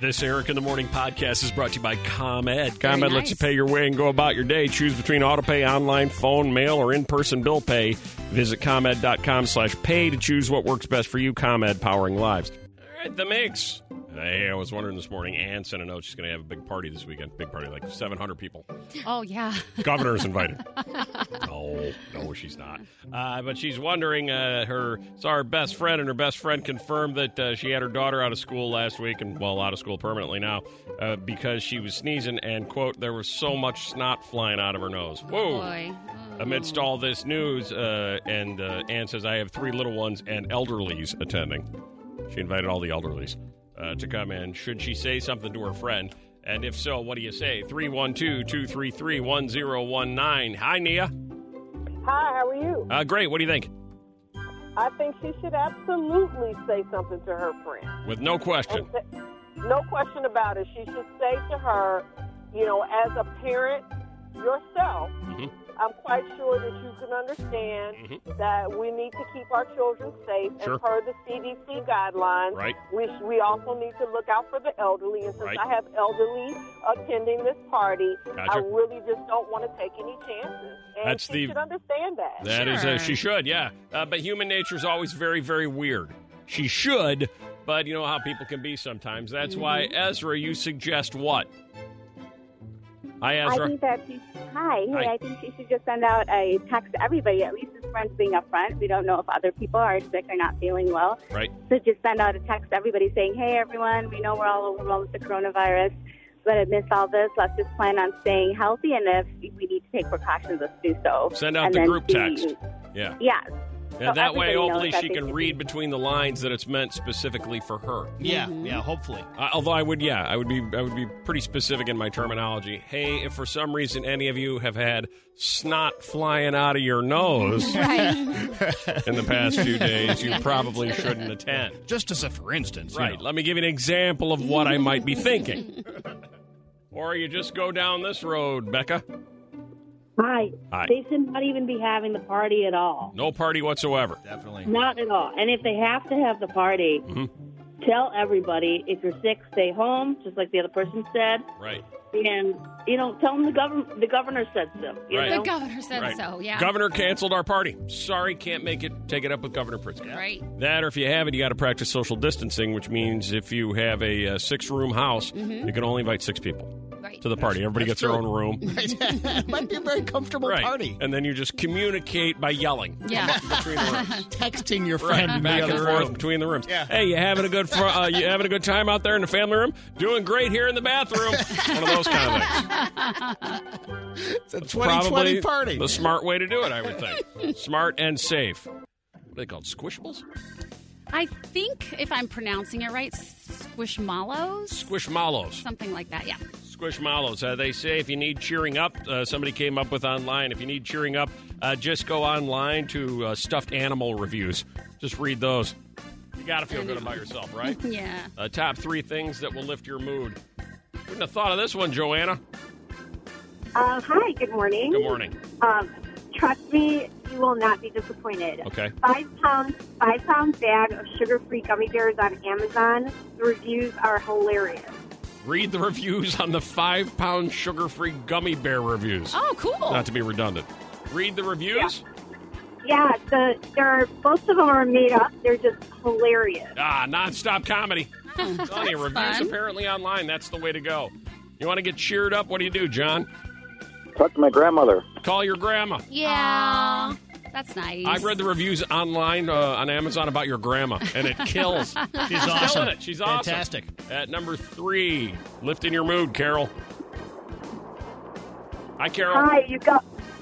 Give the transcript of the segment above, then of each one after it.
This Eric in the Morning podcast is brought to you by ComEd. Very ComEd lets nice. you pay your way and go about your day. Choose between auto pay, online, phone, mail, or in-person bill pay. Visit ComEd.com slash pay to choose what works best for you. ComEd, powering lives. All right, the mix. Hey, I was wondering this morning, Ann sent a note. She's going to have a big party this weekend. Big party, like 700 people. Oh yeah. Governor is invited. no, no, she's not. Uh, but she's wondering. Uh, her, it's our best friend, and her best friend confirmed that uh, she had her daughter out of school last week, and well, out of school permanently now, uh, because she was sneezing, and quote, there was so much snot flying out of her nose. Whoa. Boy. Oh. Amidst all this news, uh, and uh, Ann says, I have three little ones and elderlies attending. She invited all the elderlies uh, to come in. Should she say something to her friend? And if so, what do you say? 312 233 1019. Hi, Nia. Hi, how are you? Uh, great. What do you think? I think she should absolutely say something to her friend. With no question. And th- no question about it. She should say to her, you know, as a parent yourself, Mhm. I'm quite sure that you can understand that we need to keep our children safe. Mm-hmm. Sure. And per the CDC guidelines, Right. we, sh- we also need to look out for the elderly. And since Right. I have elderly attending this party, I Gotcha. really just don't want to take any chances. And That's she the- should understand Oh, that. That is, uh, Sure. she should, yeah. Uh, but human nature is always very, very weird. She should, but you know how people can be sometimes. That's why, Ezra, you suggest what? Hi, Ezra. I think that she, hi, hey, Hi. I think she should just send out a text to everybody, at least his friends being upfront. We don't know if other people are sick or not feeling well. Right. So just send out a text to everybody saying, hey, everyone, we know we're all overwhelmed with the coronavirus, but amidst all this, let's just plan on staying healthy, and if we need to take precautions, let's do so. Send out And the then group see- text. Yeah. Yes. Yeah, So that way, everybody knows hopefully, that she they can should read be- between the lines that it's meant specifically for her. Yeah, yeah, hopefully. I, although I would, yeah, I would be, I would be pretty specific in my terminology. Hey, if for some reason any of you have had snot flying out of your nose Right. in the past few days, you probably shouldn't attend. Just as a for instance. you Right. know. Let me give you an example of what I might be thinking. or you just go down this road, Becca. Hi. Hi. They should not even be having the party at all. No party whatsoever. Definitely. Not at all. And if they have to have the party, Mhm. tell everybody if you're sick, stay home, just like the other person said. Right. And, you know, tell them the, govern- the governor said so. You Right. The know? governor said Right. so. Yeah. Governor canceled our party. Sorry, can't make it. Take it up with Governor Pritzker. Right. That, or if you have it, you got to practice social distancing, which means if you have a uh, six room house, Mm-hmm. you can only invite six people Right. to the party. Everybody that's gets their true. own room. Might be a very comfortable right. party. And then you just communicate by yelling Yeah. between the rooms. Texting your friend Right, in back the and other forth room. between the rooms. Yeah. Hey, you having a good fr- uh, you having a good time out there in the family room? Doing great here in the bathroom. One of those kind of things. It's a 2020 Probably party. the smart way to do it, I would think. smart and safe. What are they called? Squishables? I think if I'm pronouncing it right, squishmallows, Squishmallows. something like that. Yeah. Squishmallows. Uh, they say if you need cheering up, uh, somebody came up with online. If you need cheering up, uh, just go online to uh, stuffed animal reviews. Just read those. You got to feel good about yourself, right? Yeah. Uh, top three things that will lift your mood. Wouldn't have thought of this one, Joanna. Uh, hi, good morning. Good morning. Um, trust me, you will not be disappointed. Okay. Five pound, five pound bag of sugar free gummy bears on Amazon. The reviews are hilarious. Read the reviews on the five pound sugar free gummy bear reviews. Oh, cool. Not to be redundant. Read the reviews? Yeah, the they're most of them are made up. They're just hilarious. Ah, nonstop comedy. Oh, Funny reviews fun. apparently online. That's the way to go. You want to get cheered up? What do you do, John? Talk to my grandmother. Call your grandma. yeah. That's nice. I've read the reviews online uh, on Amazon about your grandma, and it kills. She's awesome. Killing it. She's awesome. Fantastic. At number three, lifting your mood, Carol. Hi, Carol. Hi, you go.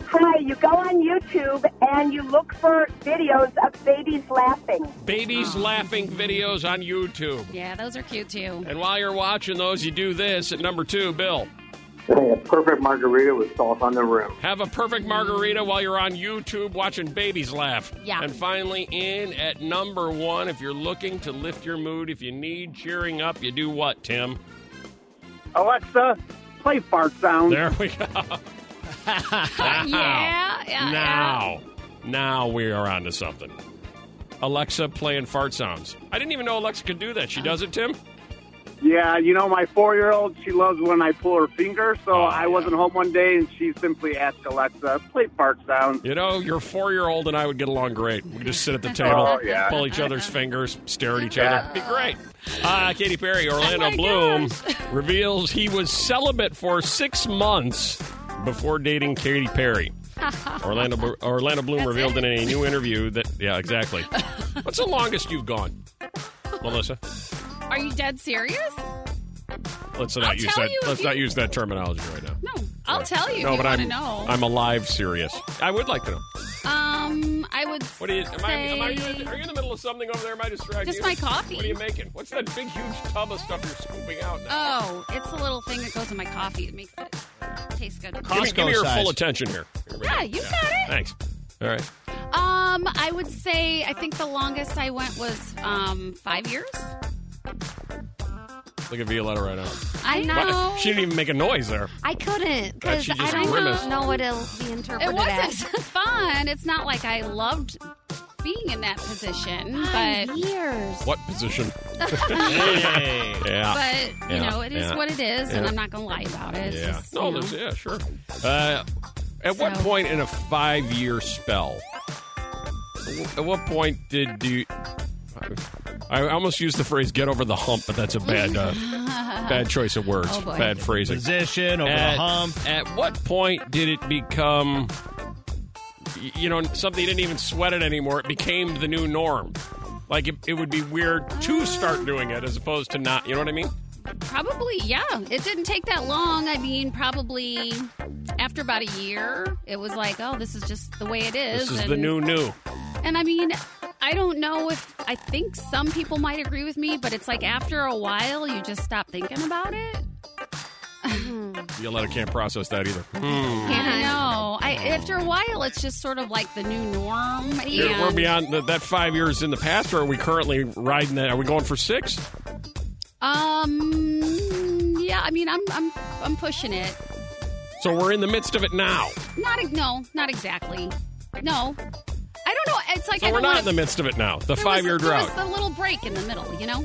Hi, you go on YouTube and you look for videos of babies laughing. Babies Ah. laughing videos on YouTube. Yeah, those are cute too. And while you're watching those, you do this at number two, Bill. A perfect margarita with salt on the rim. Have a perfect margarita while you're on YouTube watching babies laugh. Yeah. And finally, in at number one, if you're looking to lift your mood, if you need cheering up, you do what, Tim? Alexa, play fart sound. There we go. now, Yeah. yeah, yeah. now, now we are onto something. Uh-huh. Alexa playing fart sounds. I didn't even know Alexa could do that. She does it, Tim? Yeah, you know, my four year old, she loves when I pull her finger, so Oh, I yeah. wasn't home one day and she simply asked Alexa, play fart sounds. You know, your four year old and I would get along great. We could just sit at the table, Oh, yeah. pull each other's fingers, stare at each Yeah. other. Be great. Uh, Katy Perry, Orlando Oh my Bloom reveals he was celibate for six months before dating Katy Perry. Orlando, Blo- Orlando Bloom revealed in a new interview that, yeah, exactly. What's the longest you've gone, Melissa? Are you dead serious? Let's not I'll use tell that. you if let's you- not use that terminology right now. No, I'll tell you. if you but want I'm to know. I'm alive, serious. I would like to know. um, I would. What do you? Am I, am I, say- are you in the middle of something over there? Am I distracting Just you? my coffee. What are you making? What's that big, huge tub of stuff you're scooping out now? Oh, it's a little thing that goes in my coffee. It makes it taste good. give me, give me Costco your size. full attention here. Here we Uh, Yeah, you got it. Thanks. All right. Um, I would say I think the longest I went was um five years. Look at Violetta right now. I know. What? She didn't even make a noise there. I God, couldn't because she I just don't grimaced. know what it'll be interpreted It as. wasn't fun. It's not like I loved being in that position, but Five years. What position? Yeah. but you Ah, Yeah, know it is yeah, what it is, and yeah. I'm not gonna lie about it. It's yeah. just, you No, know. that's, yeah, sure. Uh, at what So- point in a five-year spell? At what point did you? I almost used the phrase "get over the hump," but that's a bad, uh, bad choice of words. Oh, boy. bad phrasing. Position over at, the hump. At what point did it become, y- you know, something you didn't even sweat it anymore? It became the new norm. Like it, it would be weird to start doing it as opposed to not. You know what I mean? Probably, yeah. It didn't take that long. I mean, probably after about a year, it was like, oh, this is just the way it is. This is and, the new new. And I mean, I don't know if I think some people might agree with me, but it's like after a while, you just stop thinking about it. Violetta can't process that either. Uh-huh. I know. I after a while, it's just sort of like the new norm. You're- and- we're beyond the, that five years in the past, or are we currently riding that? Are we going for six? Um. Yeah. I mean, I'm I'm I'm pushing it. So we're in the midst of it now. Not e- no, not exactly. No. I don't know. It's like So I we're don't not wanna- in the midst of it now. The There five year was- there drought. was a little break in the middle, you know.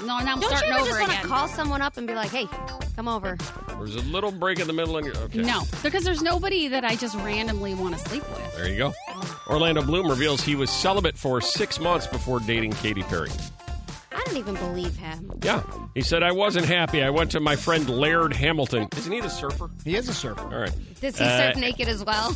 No, now I'm Don't starting you ever over just want again. to call someone up and be like, "Hey, come over"? There's a little break in the middle. And you're, okay. No, because there's nobody that I just randomly want to sleep with. There you go. Orlando Bloom reveals he was celibate for six months before dating Katy Perry. I don't even believe him. Yeah. He said, I wasn't happy. I went to my friend Laird Hamilton. Isn't he the surfer? He is a surfer. All right. Does he Uh, surf naked as well?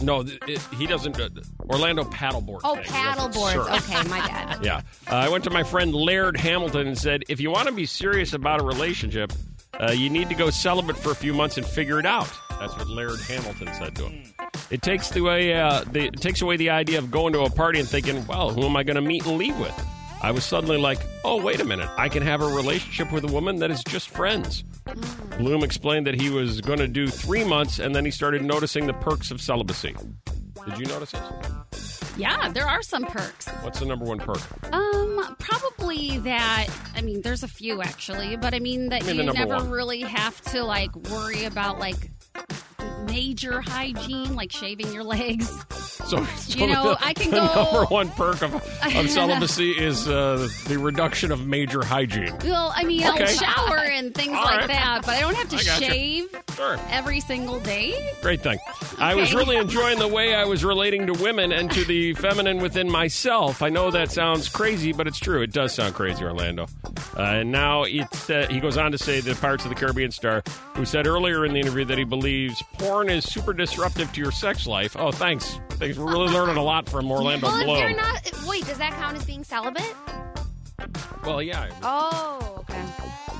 No, th- it, he doesn't. Uh, Orlando paddleboard. Oh, thing. He paddle doesn't boards. surf. Okay, my bad. Yeah. Uh, I went to my friend Laird Hamilton and said, if you want to be serious about a relationship, uh, you need to go celibate for a few months and figure it out. That's what Laird Hamilton said to him. It takes the way uh, the, it takes away the idea of going to a party and thinking, well, who am I going to meet and leave with? I was suddenly like, oh, wait a minute. I can have a relationship with a woman that is just friends. Bloom explained that he was going to do three months and then he started noticing the perks of celibacy. Did you notice this? Yeah, there are some perks. What's the number one perk? Um, probably that. I mean, there's a few actually, but I mean that Give me the you number never one. really have to like worry about like major hygiene, like shaving your legs. So, so You know, the, I can the go- number one perk of, of celibacy is uh, the reduction of major hygiene. Well, I mean, I'll Okay. shower and things All like right. that, but I don't have to I gotcha. shave Sure. every single day. Great thing. I was Okay. really enjoying the way I was relating to women and to the feminine within myself. I know that sounds crazy, but it's true. It does sound crazy, Orlando. Uh, and now it's, uh, he goes on to say the Pirates of the Caribbean star, who said earlier in the interview that he believes porn is super disruptive to your sex life. Oh, thanks. Thanks. We're really learning a lot from Orlando Well, if Bloom. you're not, wait, does that count as being celibate? well, yeah. Oh, okay.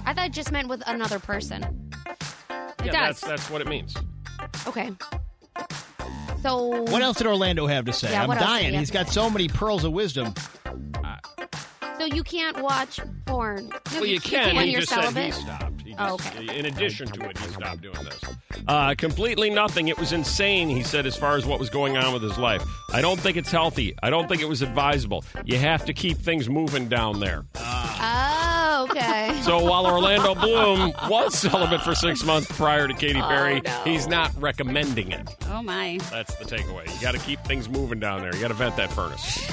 I thought it just meant with another person. It yeah does. that's, that's what it means. Okay. So What else did Orlando have to say? Yeah, I'm what else did he dying. have He's to got so many pearls of wisdom. So you can't watch porn. Well, you can can. when he you're just said he celibate. stopped. He Oh, just- okay. In addition to it, he stopped doing this. Uh, completely nothing. It was insane, he said, as far as what was going on with his life. I don't think it's healthy. I don't think it was advisable. You have to keep things moving down there. Oh, okay. So while Orlando Bloom was celibate for six months prior to Katy Perry, Oh, no. he's not recommending it. Oh my. That's the takeaway. You got to keep things moving down there. You got to vent that furnace.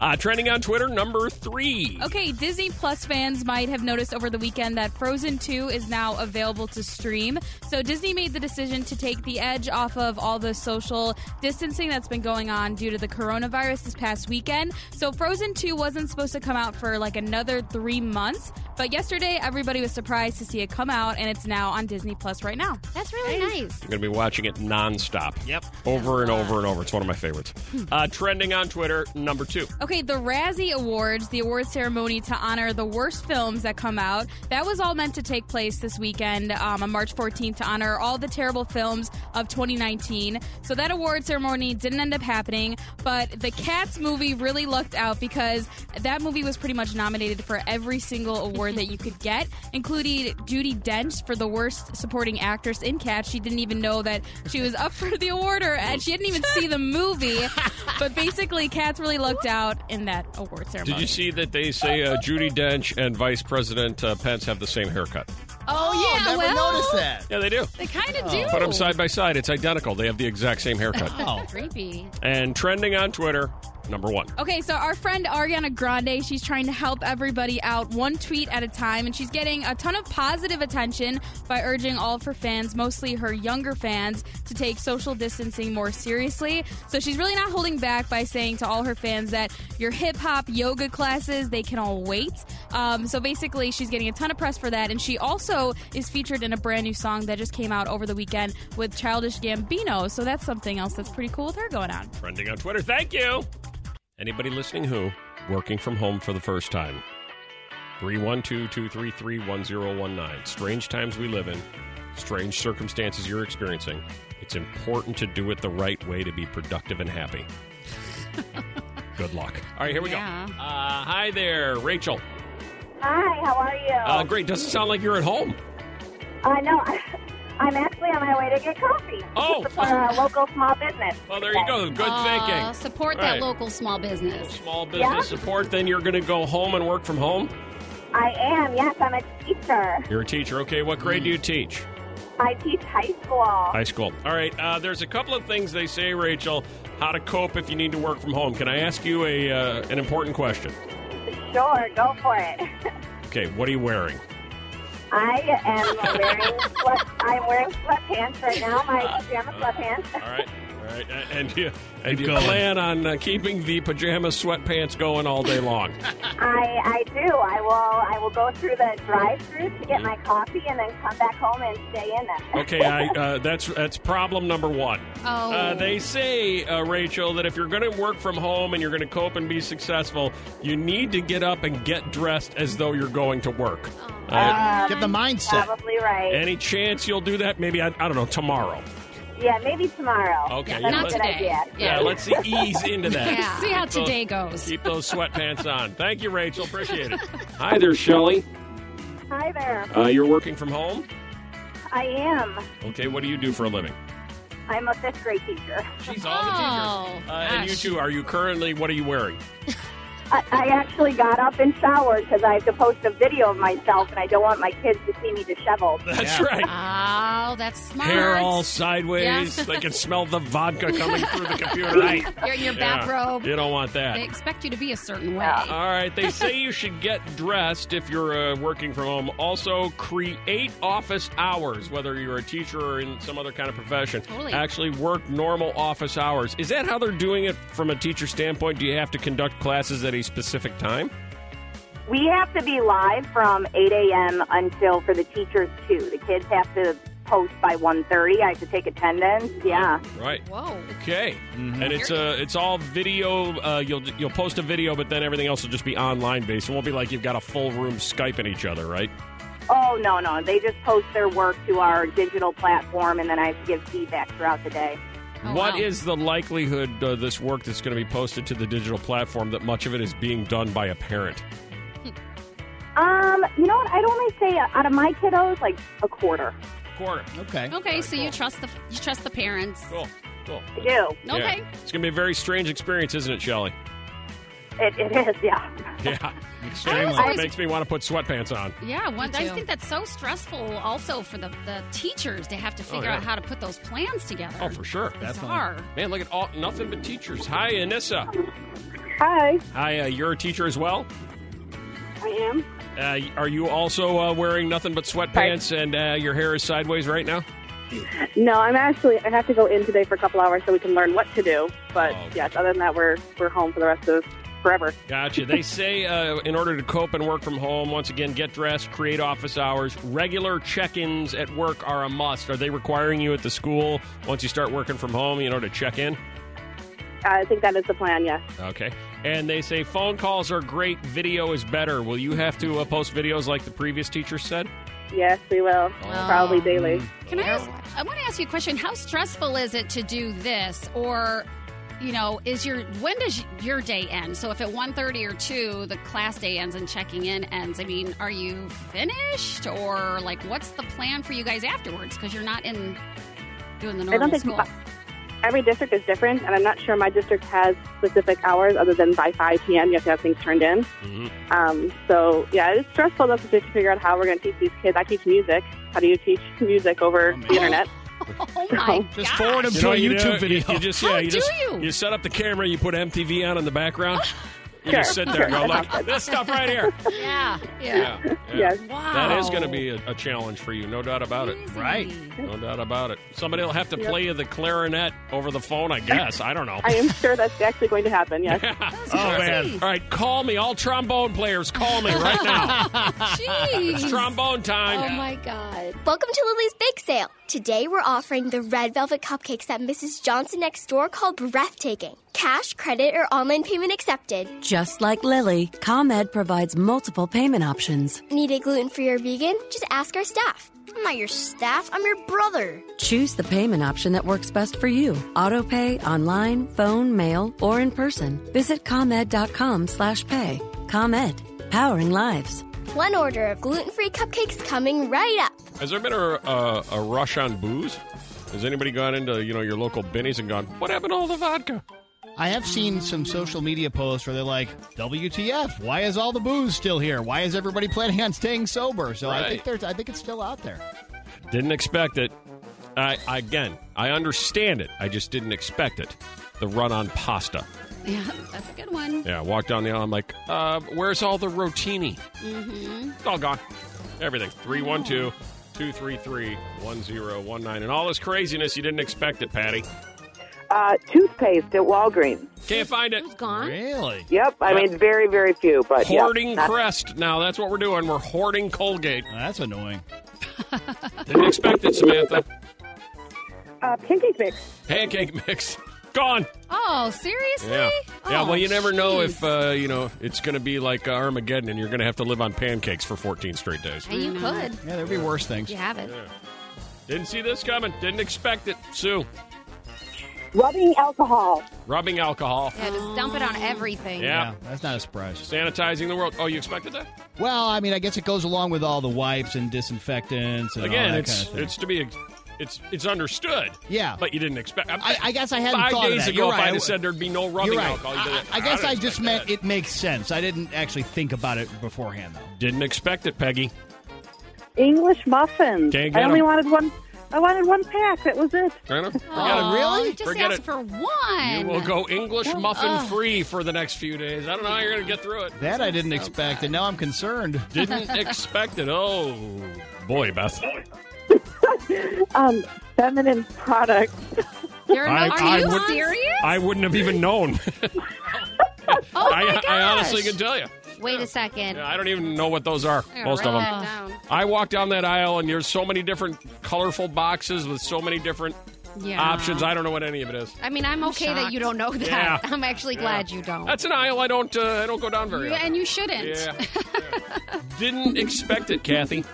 Uh, trending on Twitter, number three. Okay, Disney Plus fans might have noticed over the weekend that Frozen 2 is now available to stream. So Disney made the decision to take the edge off of all the social distancing that's been going on due to the coronavirus this past weekend. So Frozen 2 wasn't supposed to come out for like another three months, but yesterday everybody was surprised to see it come out, and it's now on Disney Plus right now. That's really nice. I'm going to be watching it nonstop. Yep. Over and over and over. It's one of my favorites. Uh, trending on Twitter, number two. Okay, the Razzie Awards, the award ceremony to honor the worst films that come out, that was all meant to take place this weekend um, on March 14th to honor all the terrible films of 2019. So that award ceremony didn't end up happening, but the Cats movie really lucked out because that movie was pretty much nominated for every single award that you could get, including Judy Dench for the worst supporting actress in Cats. She didn't even know that she was up for the award, or, and she didn't even see the movie. But basically, Cats really lucked out in that award ceremony. Did you see that they say uh, Judy Dench and Vice President uh, Pence have the same haircut? Oh, yeah, never well- noticed that. Yeah, they do. They kind of do. Put them side by side. It's identical. They have the exact same haircut. Oh, Creepy. and trending on Twitter, number one. Okay, so our friend Ariana Grande, she's trying to help everybody out one tweet at a time, and she's getting a ton of positive attention by urging all of her fans, mostly her younger fans, to take social distancing more seriously. So she's really not holding back by saying to all her fans that your hip hop yoga classes, they can all wait. Um, so basically, she's getting a ton of press for that, and she also is featured in a brand new song that just came out over the weekend with Childish Gambino. So that's something else that's pretty cool with her going on. Trending on Twitter. Thank you. Anybody listening who working from home for the first time? 312-233-1019. Strange times we live in. Strange circumstances you're experiencing. It's important to do it the right way to be productive and happy. Good luck. All right, here we Yeah. go. Uh, hi there, Rachel. Hi, how are you? Uh, great. Doesn't sound like you're at home. I know. I'm actually on my way to get coffee Oh, for a local small business. well, there you go. Good Aw, thinking. Uh, Support All that right. local small business. Small business support. Then you're going to go home and work from home. I am. Yes, I'm a teacher. You're a teacher. Okay, what grade do you teach? I teach high school. High school. All right. Uh, there's a couple of things they say, Rachel. How to cope if you need to work from home. Can I ask you a uh, an important question? Sure, go for it. Okay. What are you wearing? I am wearing sweat, I'm wearing sweatpants right now. My pajama sweatpants. All right. All right. A- And, you and Keep you going. plan on uh, keeping the pajama sweatpants going all day long. I I do. I will I will go through the drive-through to get my coffee and then come back home and stay in them. Okay. I uh, that's that's problem number one. Oh, Uh, they say, uh, Rachel, that if you're going to work from home and you're going to cope and be successful, you need to get up and get dressed as though you're going to work. Uh, Get the mindset. Probably right. any chance you'll do that? Maybe I, I don't know tomorrow. yeah, maybe tomorrow. Okay, That's yeah, a not good let's- today. idea. Yeah, let's ease into that. Yeah. See how today goes. Keep those sweatpants on. Thank you, Rachel. Appreciate it. Hi there, Shelly. Hi there. Uh, you're working from home. I am. Okay, what do you do for a living? I'm a fifth grade teacher. She's Oh, Uh, and you gosh. two, are you currently? What are you wearing? I, I actually got up and showered because I have to post a video of myself, and I don't want my kids to see me disheveled. That's Yeah. right. Oh, that's smart. Hair all sideways. Yeah. They can smell the vodka coming through the computer. Right. You're in your bathrobe. You don't want that. They expect you to be a certain way. All right, they say you should get dressed if you're uh, working from home. Also, create office hours, whether you're a teacher or in some other kind of profession. Totally. Actually, work normal office hours. Is that how they're doing it from a teacher standpoint? Do you have to conduct classes at a specific time? We have to be live from 8 a.m. until for the teachers too. The kids have to post by 1:30. I have to take attendance. Yeah. Right. Whoa. Okay. And it's uh, it's all video. Uh, you'll you'll post a video, but then everything else will just be online based. It won't be like you've got a full room skyping each other, right? Oh no, no. They just post their work to our digital platform, and then I have to give feedback throughout the day. What Oh, is wow. the likelihood uh, this work that's going to be posted to the digital platform that much of it is being done by a parent? Um, you know what? I'd only say out of my kiddos, like a quarter. Quarter. Okay. Oh, Okay, so you trust the you trust the parents. Cool. Cool. I do. Yeah. Okay. It's going to be a very strange experience, isn't it, Shelly? It, it is. Yeah. Yeah. Extremely. It makes me want to put sweatpants on. Yeah, one. Me I too. just think that's so stressful, also for the, the teachers to have to figure Oh, yeah. out how to put those plans together. Oh, for sure. Definitely. Bizarre. Man, look at all nothing but teachers. Hi, Anissa. Hi, Hi, uh, you're a teacher as well. I am. Uh, are you also uh, wearing nothing but sweatpants and uh, your hair is sideways right now? No, I'm actually. I have to go in today for a couple hours so we can learn what to do. But yes, other than that, we're we're home for the rest of forever. Gotcha. They say uh, in order to cope and work from home, once again, get dressed, create office hours. Regular check ins at work are a must. Are they requiring you at the school once you start working from home, you know, to check in? I think that is the plan. Yes. Okay. And they say phone calls are great, video is better. Will you have to uh, post videos like the previous teacher said? Yes, we will. Probably daily. Can I ask? I want to ask you a question. How stressful is it to do this, or you know, is your when does your day end? So if at 1.30 or two the class day ends and checking in ends, I mean, are you finished, or like what's the plan for you guys afterwards? Because you're not in doing the I normal don't think school. Oh my- Every district is different, and I'm not sure my district has specific hours other than by 5 p.m. you have to have things turned in. Mm-hmm. Um, so yeah, it's stressful though 'cause we have to figure out how we're going to teach these kids. I teach music. How do you teach music over the internet? Oh my! Just forward them to a YouTube video. You, Oh, just, yeah, How you do just, you? set up the camera, you put MTV on in the background. You Sure, just sit there and go, sure. look, this stuff right here. Yeah. Yeah. yeah. Yes. That is going to be a, a challenge for you, no doubt about it. Right. No doubt about it. Somebody will have to Yep. play you the clarinet over the phone, I guess. I don't know. I am sure that's actually going to happen. Yes. oh, man. All right, call me. All trombone players, call me right now. It's trombone time. Oh my god. Welcome to Lily's Bake Sale. Today we're offering the red velvet cupcakes at Mrs. Johnson next door called Breathtaking. Cash, credit, or online payment accepted. Just like Lily, ComEd provides multiple payment options. Need a gluten free or vegan? Just ask our staff. I'm not your staff, I'm your brother. Choose the payment option that works best for you. Auto pay, online, phone, mail, or in person. Visit ComEd.com slash pay. ComEd, powering lives. One order of gluten free cupcakes coming right up. Has there been a, a, a rush on booze? Has anybody gone into you know your local Binnie's and gone, what happened to all the vodka? I have seen some social media posts where they're like, "WTF? Why is all the booze still here? Why is everybody planning on staying sober?" So I think Right. there's, I think it's still out there. Didn't expect it. I, again, I understand it. I just didn't expect it. The run on pasta. Yeah, that's a good one. Yeah, I walked down the aisle. I'm like, uh, where's all the rotini? Mm-hmm. Oh. It's all gone. Everything. 312 233 1019. And all this craziness, you didn't expect it, Patty. Uh, toothpaste at Walgreens. Can't find it. gone. Really? Yep, I mean very, very few, but yeah, Hoarding not- Crest. Now, that's what we're doing. We're hoarding Colgate. That's annoying. Didn't expect it, Samantha. Uh, pancake mix. Pancake mix. Gone. Oh, seriously? Yeah. yeah, Oh, well, you never know jeez. if, uh, you know, it's going to be like uh, Armageddon and you're going to have to live on pancakes for 14 straight days. Hey, you could. Yeah, there'd be worse things. You have it. Didn't see this coming. Didn't expect it. Sue, Rubbing alcohol. rubbing alcohol. Yeah, just dump it on everything. Yeah. that's not a surprise. Sanitizing the world. Oh, you expected that? Well, I mean, I guess it goes along with all the wipes and disinfectants and all Again, that it's kind of thing. it's to be ex- it's it's understood. Yeah. but you didn't expect. I- I guess I hadn't five thought of days that. ago. You're if right. I had said there'd be no rubbing You're right. alcohol, you'd be I, like, I guess didn't I just expect meant it makes sense. I didn't actually think about it beforehand, though. that. didn't expect it, Peggy. English muffins. Can't get I only 'em. wanted one. I wanted one pack. That was it. Kind of. Forget Aw, it. Oh, you Just Forget ask it. for one. You will go English Oh, muffin ugh. free for the next few days. I don't know how you're going to get through it. That I didn't expect, and now I'm concerned. Didn't expect it. Oh boy, Beth. Oh Um, feminine products. You're I- not, I are you would- serious? I wouldn't have even known. Oh my I, gosh. I honestly can tell you. Wait a second. I don't even know what those are. Yeah, most of write them. that down. I walk down that aisle and there's so many different colorful boxes with so many different Yeah. options. I don't know what any of it is. I mean, I'm okay that you don't know that. Yeah. I'm actually glad you don't. That's an aisle I don't uh, I don't go down very Yeah, often. and you shouldn't. Yeah. yeah. Didn't expect it, Kathy.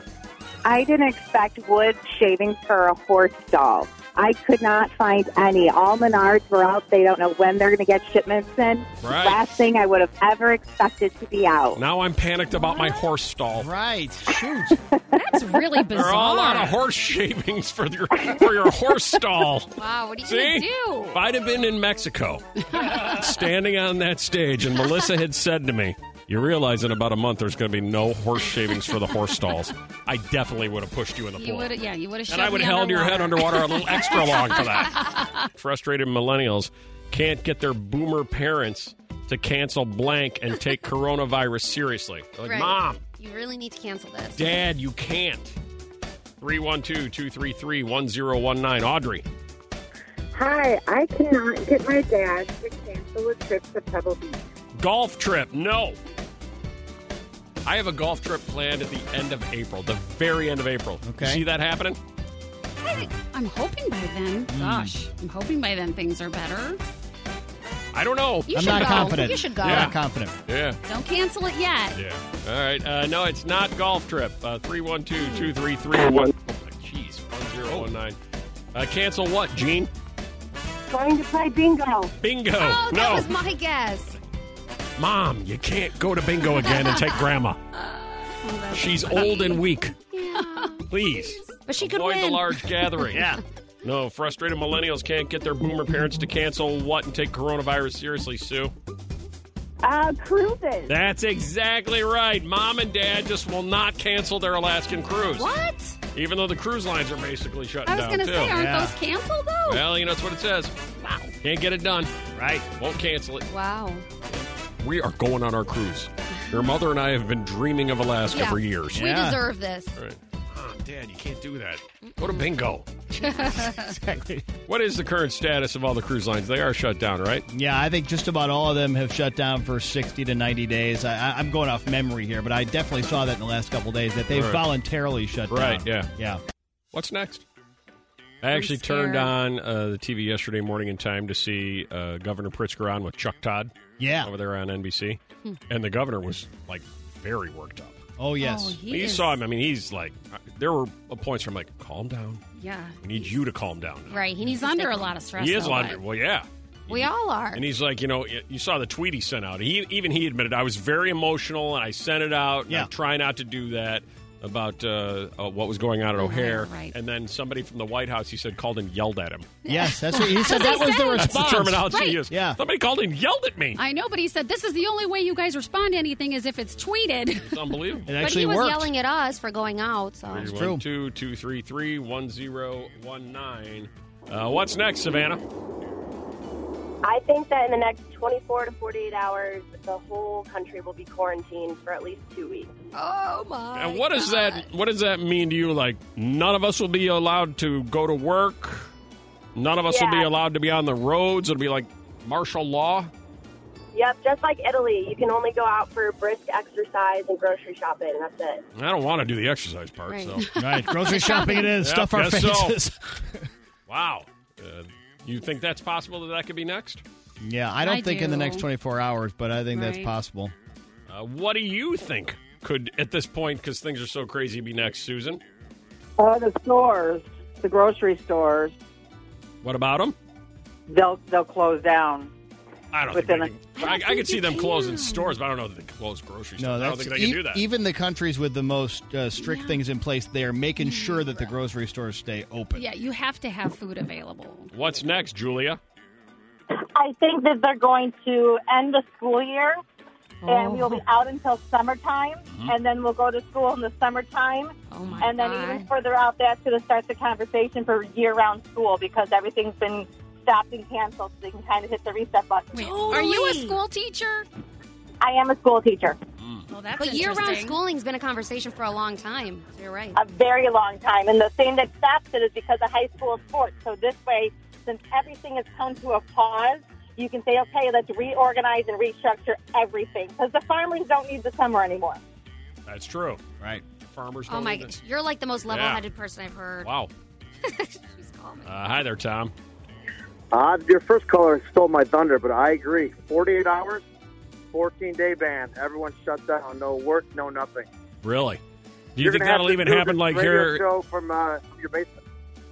I didn't expect wood shavings for a horse doll. I could not find any. All Menards were out. They don't know when they're going to get shipments in. Right. Last thing I would have ever expected to be out. Now I'm panicked about my horse stall. Right. Shoot. That's really There are all out of horse shavings for your for your horse stall. Wow, what are you See? going to do? If I'd have been in Mexico, standing on that stage, and Melissa had said to me, You realize in about a month there's going to be no horse shavings for the horse stalls. I definitely would have pushed you in the You pool. would, yeah, you would have. And I would have held your head underwater a little extra long for that. Frustrated millennials can't get their boomer parents to cancel blank and take coronavirus seriously. They're Like, Right. mom, You really need to cancel this. dad, you can't. 312 233 1019. Audrey. Hi, I cannot get my dad to cancel a trip to Pebble Beach. Golf trip, no. I have a golf trip planned at the end of April, the very end of April. Okay. see that happening? I'm hoping by then. Mm. Gosh, I'm hoping by then things are better. I don't know. You I'm should not go. confident. You should go. Yeah. Not confident. Yeah. Don't cancel it yet. Yeah. All right. Uh, no, it's not golf trip. Uh, 312-233-1. Jeez, 1019. Uh, cancel what, Gene? Going to play bingo. Bingo. Oh, that no. was my guess. Mom, you can't go to bingo again and take grandma. Oh, She's old and weak. Please. But she could Avoid win. the large gathering. yeah. No, frustrated millennials can't get their boomer parents to cancel what and take coronavirus seriously, Sue. Uh, cruises. That's exactly right. Mom and dad just will not cancel their Alaskan cruise. What? Even though the cruise lines are basically shutting I was down, going to too. say, aren't those canceled though? Well, you know, that's what it says. Wow. Can't get it done. Right. Won't cancel it. Wow. We are going on our cruise. Your mother and I have been dreaming of Alaska Yeah. for years. We deserve this. All right. Mom, Dad, you can't do that. Go to bingo. Exactly. What is the current status of all the cruise lines? They are shut down, right? Yeah, I think just about all of them have shut down for 60 to 90 days. I, I, I'm going off memory here, but I definitely saw that in the last couple days that they've Right. voluntarily shut Right, down. yeah. Yeah. What's next? I actually scared. turned on uh, the TV yesterday morning in time to see uh, Governor Pritzker on with Chuck Todd. Yeah. Over there on NBC. Hmm. And the governor was like very worked up. Oh, yes. Oh, he you is- saw him. I mean, he's like, uh, there were points where I'm like, calm down. Yeah. We need you to calm down. Right. He needs under a lot of stress. he is though, laundry. Well, yeah. but- We all are. And he's like, you know, you saw the tweet he sent out. He even he admitted I was very emotional and I sent it out. And I try not to do that about uh, uh, what was going on at O'Hare. right. And then somebody from the White House, he said, called and yelled at him. Yes, that's what he said. that That's what was the he said. response. That's the terminology Right. he used. Yeah. Somebody called and yelled at me. I know, but he said this is the only way you guys respond to anything is if it's tweeted. It's unbelievable. but he was yelling at us for going out, so. Three one two two three three one zero one nine. Uh, what's next, Savannah? I think that in the next 24 to 48 hours, the whole country will be quarantined for at least two weeks. Oh my! And what does that what does that mean to you? Like none of us will be allowed to go to work. None of us will be Yeah. allowed to be on the roads. It'll be like martial law. Yep, just like Italy, you can only go out for brisk exercise and grocery shopping, and that's it. I don't want to do the exercise part. Right. So Right, grocery shopping it is. Yep, Stuff our guess so. faces. Wow. Uh, you think that's possible that that could be next? Yeah, I don't I think in the do. next 24 hours, but I think that's Right. possible. Uh, what do you think could at this point because things are so crazy be next, Susan? Uh, the stores, the grocery stores, What about them? they'll they'll close down. I don't within think they can, I, I, could see them closing stores, but I don't know that they can close grocery stores. No, I don't that's think they can e- do that. even the countries with the most uh, strict things in place. They are making sure that the grocery stores stay open. yeah, you have to have food available. What's next, Julia? I think that they're going to end the school year and we will Oh. be out until summertime Mhm. and then we'll go to school in the summertime Mm-hmm. Oh my and then God. even further out that's going to start the conversation for year-round school because everything's been stopped and canceled so they can kind of hit the reset button Are you a school teacher? i am a school teacher but year-round interesting. schooling's been a conversation for a long time. So you're right. a very long time and the thing that stops it is because of high school sports so this way since everything has come to a pause you can say okay let's reorganize and restructure everything because the farmers don't need the summer anymore That's true. Right. Farmers. Oh don't my! even- You're like the most Yeah. level-headed person I've heard. Wow. Uh, hi there, Tom. Uh, your first caller stole my thunder, but I agree. 48 hours, 14 day ban. Everyone shut down. No work, no nothing. Really? Do you You're think gonna have that'll to even do happen this like radio here? Show from uh, your basement.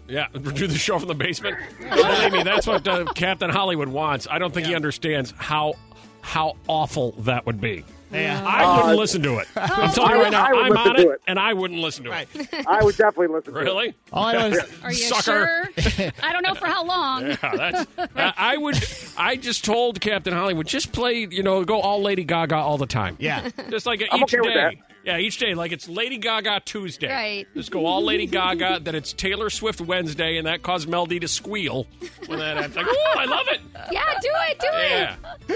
Yeah, do the show from the basement. Believe me, that's what uh, Captain Hollywood wants. I don't think he understands how how awful that would be. Yeah. I wouldn't Uh, listen to it. I- I'm telling you right now, I would I'm listen on to it, it. and I wouldn't listen to it. I would definitely listen. to it. Really? All I know is- Are you Sucker. sure? I don't know for how long. Yeah, that's. I I would. I just told Captain Hollywood just play. You know, go all Lady Gaga all the time. Yeah. just like I'm each okay with day. Yeah, each day, like it's Lady Gaga Tuesday. Right. Just go all Lady Gaga, then it's Taylor Swift Wednesday, and that caused Mel D to squeal when that happened. Like, oh, I love it. Yeah, do it, do it.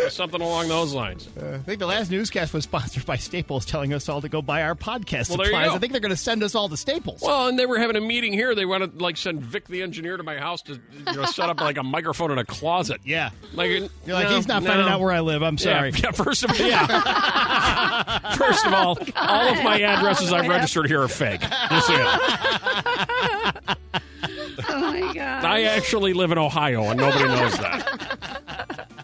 Yeah. Something along those lines. I think the last newscast was sponsored by Staples, telling us all to go buy our podcast Well, there you supplies. go. I think they're going to send us all to Staples. Well, and they were having a meeting here. They want to like send Vic the engineer to my house to you know, set up like a microphone in a closet. Yeah, like You're like, he's not finding out where I live. I'm sorry. Yeah, first of all, yeah. first of all, all of my addresses I've registered here are fake. Just so you know. Oh my god. I actually live in Ohio, and nobody knows that.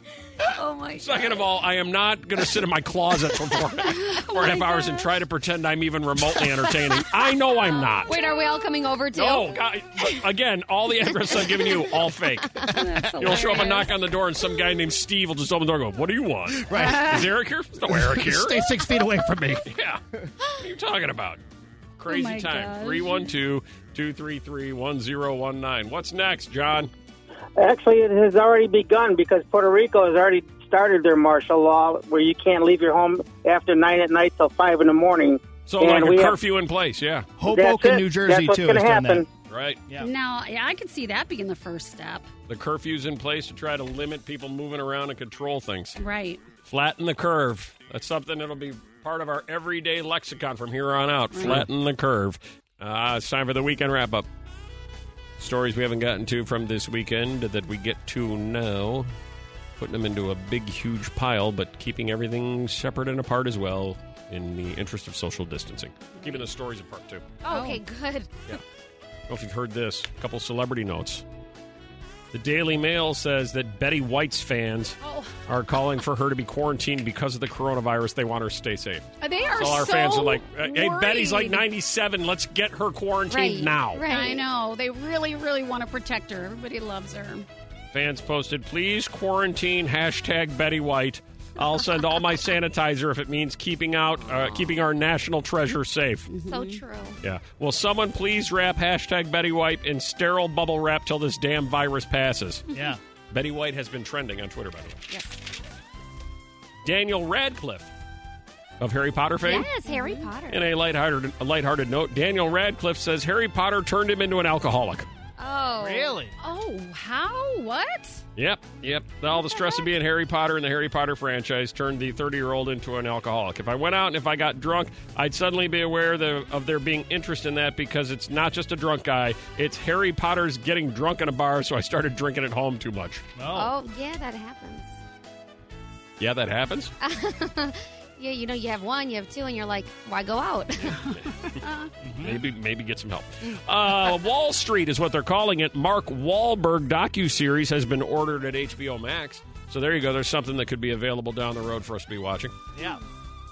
Oh my Second of all, I am not going to sit in my closet for four, Oh four and a half hours and try to pretend I'm even remotely entertaining. I know I'm not. Wait, are we all coming over too? No, God, again, all the addresses I've given you, all fake. You'll show up and knock on the door, and some guy named Steve will just open the door and go, What do you want? Right. Is Eric here? There's no Eric here. Stay six feet away from me. Yeah. What are you talking about? Crazy my time. gosh. 312 233 1019. What's next, John? Actually, it has already begun because Puerto Rico has already started their martial law where you can't leave your home after 9 at night till 5 in the morning. So, And like we a have- curfew in place, yeah. That's it. That's what's gonna happen. Right. Now, yeah, I could see that being the first step. The curfew's in place to try to limit people moving around and control things. Right. Flatten the curve. That's something that'll be part of our everyday lexicon from here on out. Flatten the curve. Uh, it's time for the weekend wrap up. Stories we haven't gotten to from this weekend that we get to now. Putting them into a big, huge pile, but keeping everything separate and apart as well in the interest of social distancing. Keeping the stories apart, too. Oh, okay, good. I don't know if you've heard this. A couple celebrity notes. The Daily Mail says that Betty White's fans Oh. are calling for her to be quarantined because of the coronavirus. They want her to stay safe. Uh, They are so our fans are like, "Hey, worried. Betty's like 97. Let's get her quarantined Right, now." Right. I know. They really, really want to protect her. Everybody loves her. Fans posted, "Please quarantine hashtag Betty White. I'll send all my sanitizer if it means keeping out, uh, keeping our national treasure safe." So true. Yeah. Will someone please wrap hashtag Betty White in sterile bubble wrap till this damn virus passes? Yeah. Betty White has been trending on Twitter, by the way. Daniel Radcliffe of Harry Potter fame. Yes, Harry Potter. In a lighthearted, a lighthearted note, Daniel Radcliffe says Harry Potter turned him into an alcoholic. Oh. Really? Oh, how? What? Yep, yep. All the stress of being Harry Potter and the Harry Potter franchise turned the 30 year old into an alcoholic. If I went out and if I got drunk, I'd suddenly be aware the, of there being interest in that because it's not just a drunk guy, it's Harry Potter's getting drunk in a bar, so I started drinking at home too much. Uh, Oh, yeah, that happens. Yeah, that happens. Yeah, you know, you have one, you have two, and you're like, why go out? Uh-huh. Mm. Maybe maybe get some help. Uh, Wall Street is what they're calling it. Mark Wahlberg docuseries has been ordered at HBO Max. So there you go. There's something that could be available down the road for us to be watching. Yeah.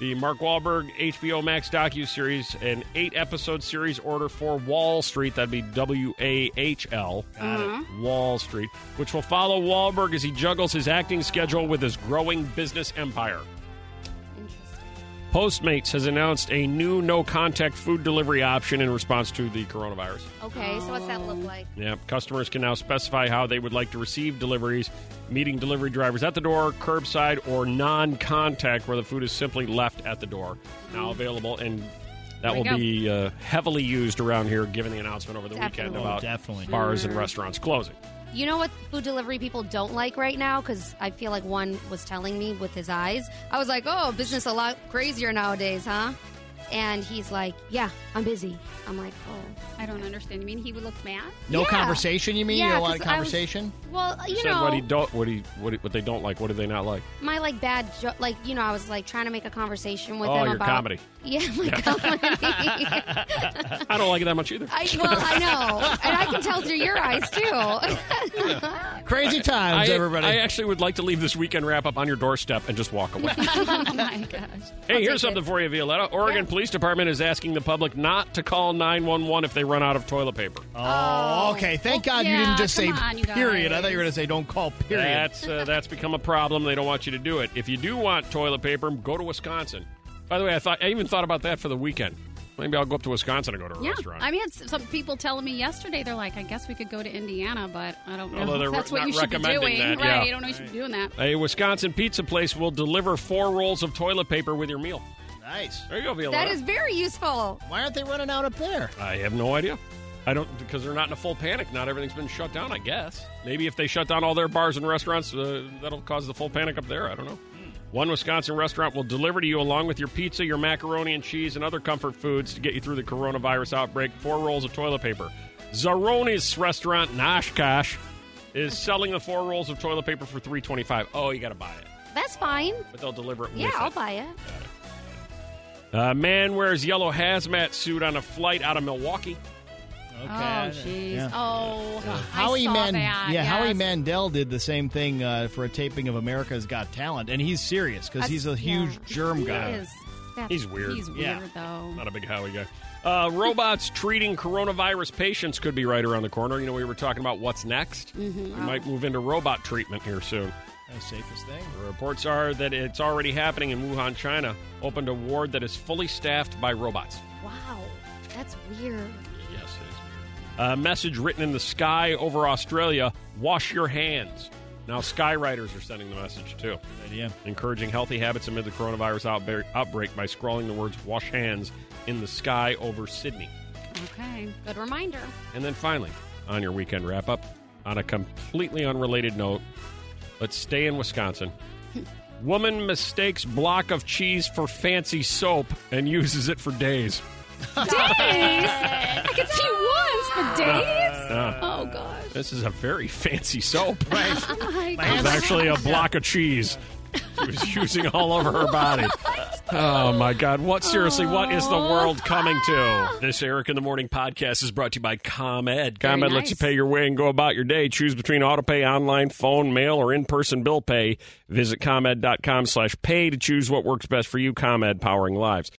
The Mark Wahlberg HBO Max docuseries, an eight episode series order for Wall Street. That'd be W A H L. Wall Street, which will follow Wahlberg as he juggles his acting schedule with his growing business empire. Postmates has announced a new no contact food delivery option in response to the coronavirus. Okay, so what's that look like? Yeah, customers can now specify how they would like to receive deliveries, meeting delivery drivers at the door, curbside, or non contact, where the food is simply left at the door. Now available, and There that we will go. be uh, heavily used around here given the announcement over the Definitely. weekend Oh, about definitely. bars and Mhm. restaurants closing. You know what food delivery people don't like right now? Because I feel like one was telling me with his eyes. I was like, oh, business a lot crazier nowadays, huh? And he's like, yeah, I'm busy. I'm like, oh. I don't understand. You mean he would look mad? No Yeah. conversation, you mean? Yeah, you don't want 'cause I was- conversation? Well, you Said know, what he don't, what he, what, he- what they don't like. What do they not like? my like bad, jo- like you know, I was like trying to make a conversation with Oh, him your about comedy. Yeah, my comedy. I don't like it that much either. I, well, I know, and I can tell through your eyes too. Crazy times, I- everybody. I actually would like to leave this weekend wrap up on your doorstep and just walk away. oh my gosh. Hey, here's something for you, Violetta. Oregon Police Department is asking the public not to call 911 if they run out of toilet paper. Oh, okay. Thank God you yeah, didn't just say come on, you period. I thought you were guys. going to say don't call period. That's uh, that's become a problem. They don't want you to do it. If you do want toilet paper, go to Wisconsin. By the way, I thought I even thought about that for the weekend. Maybe I'll go up to Wisconsin and go to a Yeah, restaurant. I had s- some people telling me yesterday. They're like, I guess we could go to Indiana, but I don't know. Although if they're That's not what you should be recommending doing, that, right? yeah. I don't know you should be doing that. a Wisconsin pizza place will deliver four rolls of toilet paper with your meal. Nice. There you go, Viola. That is very useful. Why aren't they running out up there? I have no idea. I don't because they're not in a full panic. Not everything's been shut down. I guess maybe if they shut down all their bars and restaurants, uh, that'll cause the full panic up there. I don't know. One Wisconsin restaurant will deliver to you along with your pizza, your macaroni and cheese, and other comfort foods to get you through the coronavirus outbreak. Four rolls of toilet paper. Zaroni's restaurant in Oshkosh is selling the four rolls of toilet paper for three twenty five. Oh, you got to buy it, That's fine. but they'll deliver it. Yeah, with I'll it. buy it. A man wears yellow hazmat suit on a flight out of Milwaukee. Okay. Oh, jeez. Yeah. Oh, Howie I saw Man- that. yeah, yes. Howie Mandel did the same thing uh, for a taping of America's Got Talent, and he's serious because That's- he's a yeah. huge germ He guy. is. That's- He's weird. He's weird, Yeah. though. Not a big Howie guy. Uh, robots treating coronavirus patients could be right around the corner. You know, we were talking about what's next. Mm-hmm. Mhm. Uh-huh. We might move into robot treatment here soon. The safest thing. Reports are that it's already happening in Wuhan, China. Opened a ward that is fully staffed by robots. Wow, that's weird. Yes, it is. A message written in the sky over Australia wash your hands. Now, skywriters are sending the message too. Good idea. Encouraging healthy habits amid the coronavirus outbreak, outbreak by scrawling the words wash hands in the sky over Sydney. Okay. Good reminder. And then finally, on your weekend wrap up, on a completely unrelated note, let's stay in Wisconsin. Woman mistakes block of cheese for fancy soap and uses it for days. days? I could see once, but days? Yeah. oh, gosh. Ah, Uh, This is a very fancy soap. Oh, my It was gosh. actually a block of cheese. She was using all over her body. Oh my God! What seriously? What is the world coming to? This Eric in the Morning podcast is brought to you by ComEd. ComEd Very lets you nice. pay your way and go about your day. Choose between auto pay, online, phone, mail, or in-person bill pay. Visit ComEd.com/pay to choose what works best for you. ComEd, powering lives.